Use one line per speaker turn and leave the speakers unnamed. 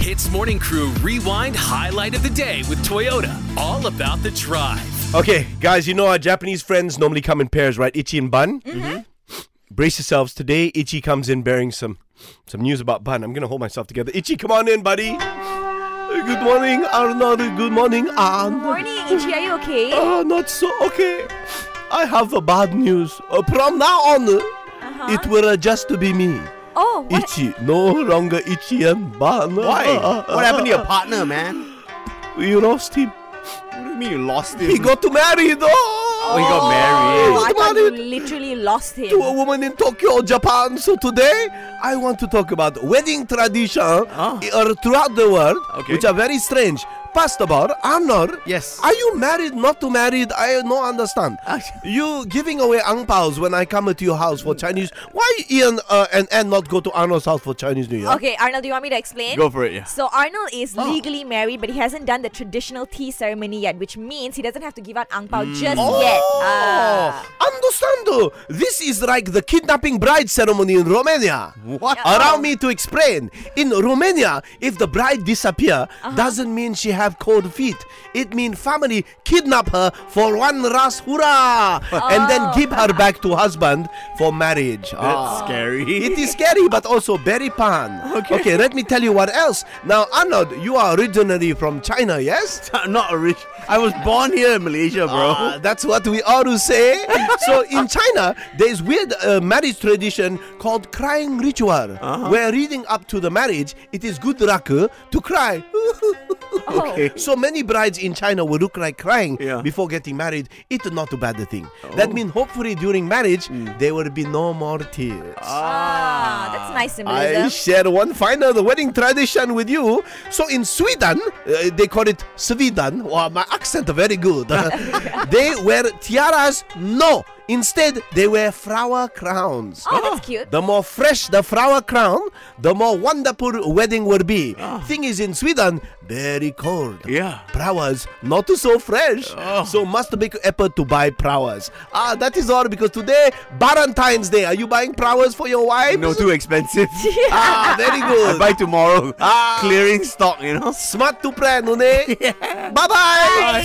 Hits Morning Crew Rewind Highlight of the Day with Toyota. All about the drive.
Okay, guys, you know our Japanese friends normally come in pairs, right? Ichi and Bun.
Mm-hmm.
Brace yourselves. Today, Ichi comes in bearing some some news about Bun. I'm gonna hold myself together. Ichi, come on in, buddy. Good morning, Arnold. Good morning, Anne.
Morning, Ichi. Are you okay?
Oh, not so okay. I have a bad news. Uh, from now on, it will uh, just be me.
Oh, Uh-huh. what?
Ichi, no longer Ichi and Bun.
Why? What happened to your partner, man?
You lost him.
What do you mean you lost him?
He got married.
Oh, he got married.
Oh, I
Come on
thought you
in.
literally lost
to a
him.
woman in Tokyo, Japan. So today, I want to talk about wedding tradition
Ah.
i- or throughout the world,
Okay.
which are very strange. Pastor Bar, Anor,
Yes.
Are you married? Not to married? I no understand.
Ah.
You giving away ang paos when I come to your house for Chinese? Why Ian uh, and Anne not go to Arnold's house for Chinese New Year?
Okay, Arnold, do you want me to explain?
Go for it, yeah.
So Arnold is
Oh.
legally married, but he hasn't done the traditional tea ceremony yet, which means he doesn't have to give out ang pao just
Mm.
yet. Ah.
Understand? This is like the kidnapping bride ceremony in Romania.
What?
Allow me to explain. In Romania, if the bride disappear, doesn't mean she have cold feet. It mean family kidnap her for one ras hurrah and then give her back to husband for marriage.
That's
Ah.
scary.
It is scary, but also very fun.
Okay.
let me tell you what else. Now, Arnold, you are originally from China, yes?
I'm not a rich. I was born here in Malaysia, bro.
Ah, that's what we ought to say. so in China, there's weird uh, marriage tradition called crying ritual,
Uh-huh.
where leading up to the marriage, it is good raku to cry.
Oh.
So many brides in China will look like crying
Yeah. Oh.
before getting married. It's not a bad thing. That means hopefully during marriage
Mm.
there will be no more tears.
Ah, that's nice
I
symbolism.
share one final the wedding tradition with you. So in Sweden, uh, they call it Sweden. Wow, my accent very good. they wear tiaras. No, instead they wear flower crowns.
Oh, that's cute.
The more fresh the flower crown, the more wonderful wedding will be. Thing is, in Sweden, very cold.
Oh. Yeah. Oh.
Flowers not so fresh. So must make effort to buy flowers. Ah, that is all because today Valentine's Day. Are you buying flowers for your wife?
No, too expensive.
Ah, very
I
good.
buy tomorrow.
Ah.
Clearing stock, you know.
Smart to plan, Une. Bye-bye.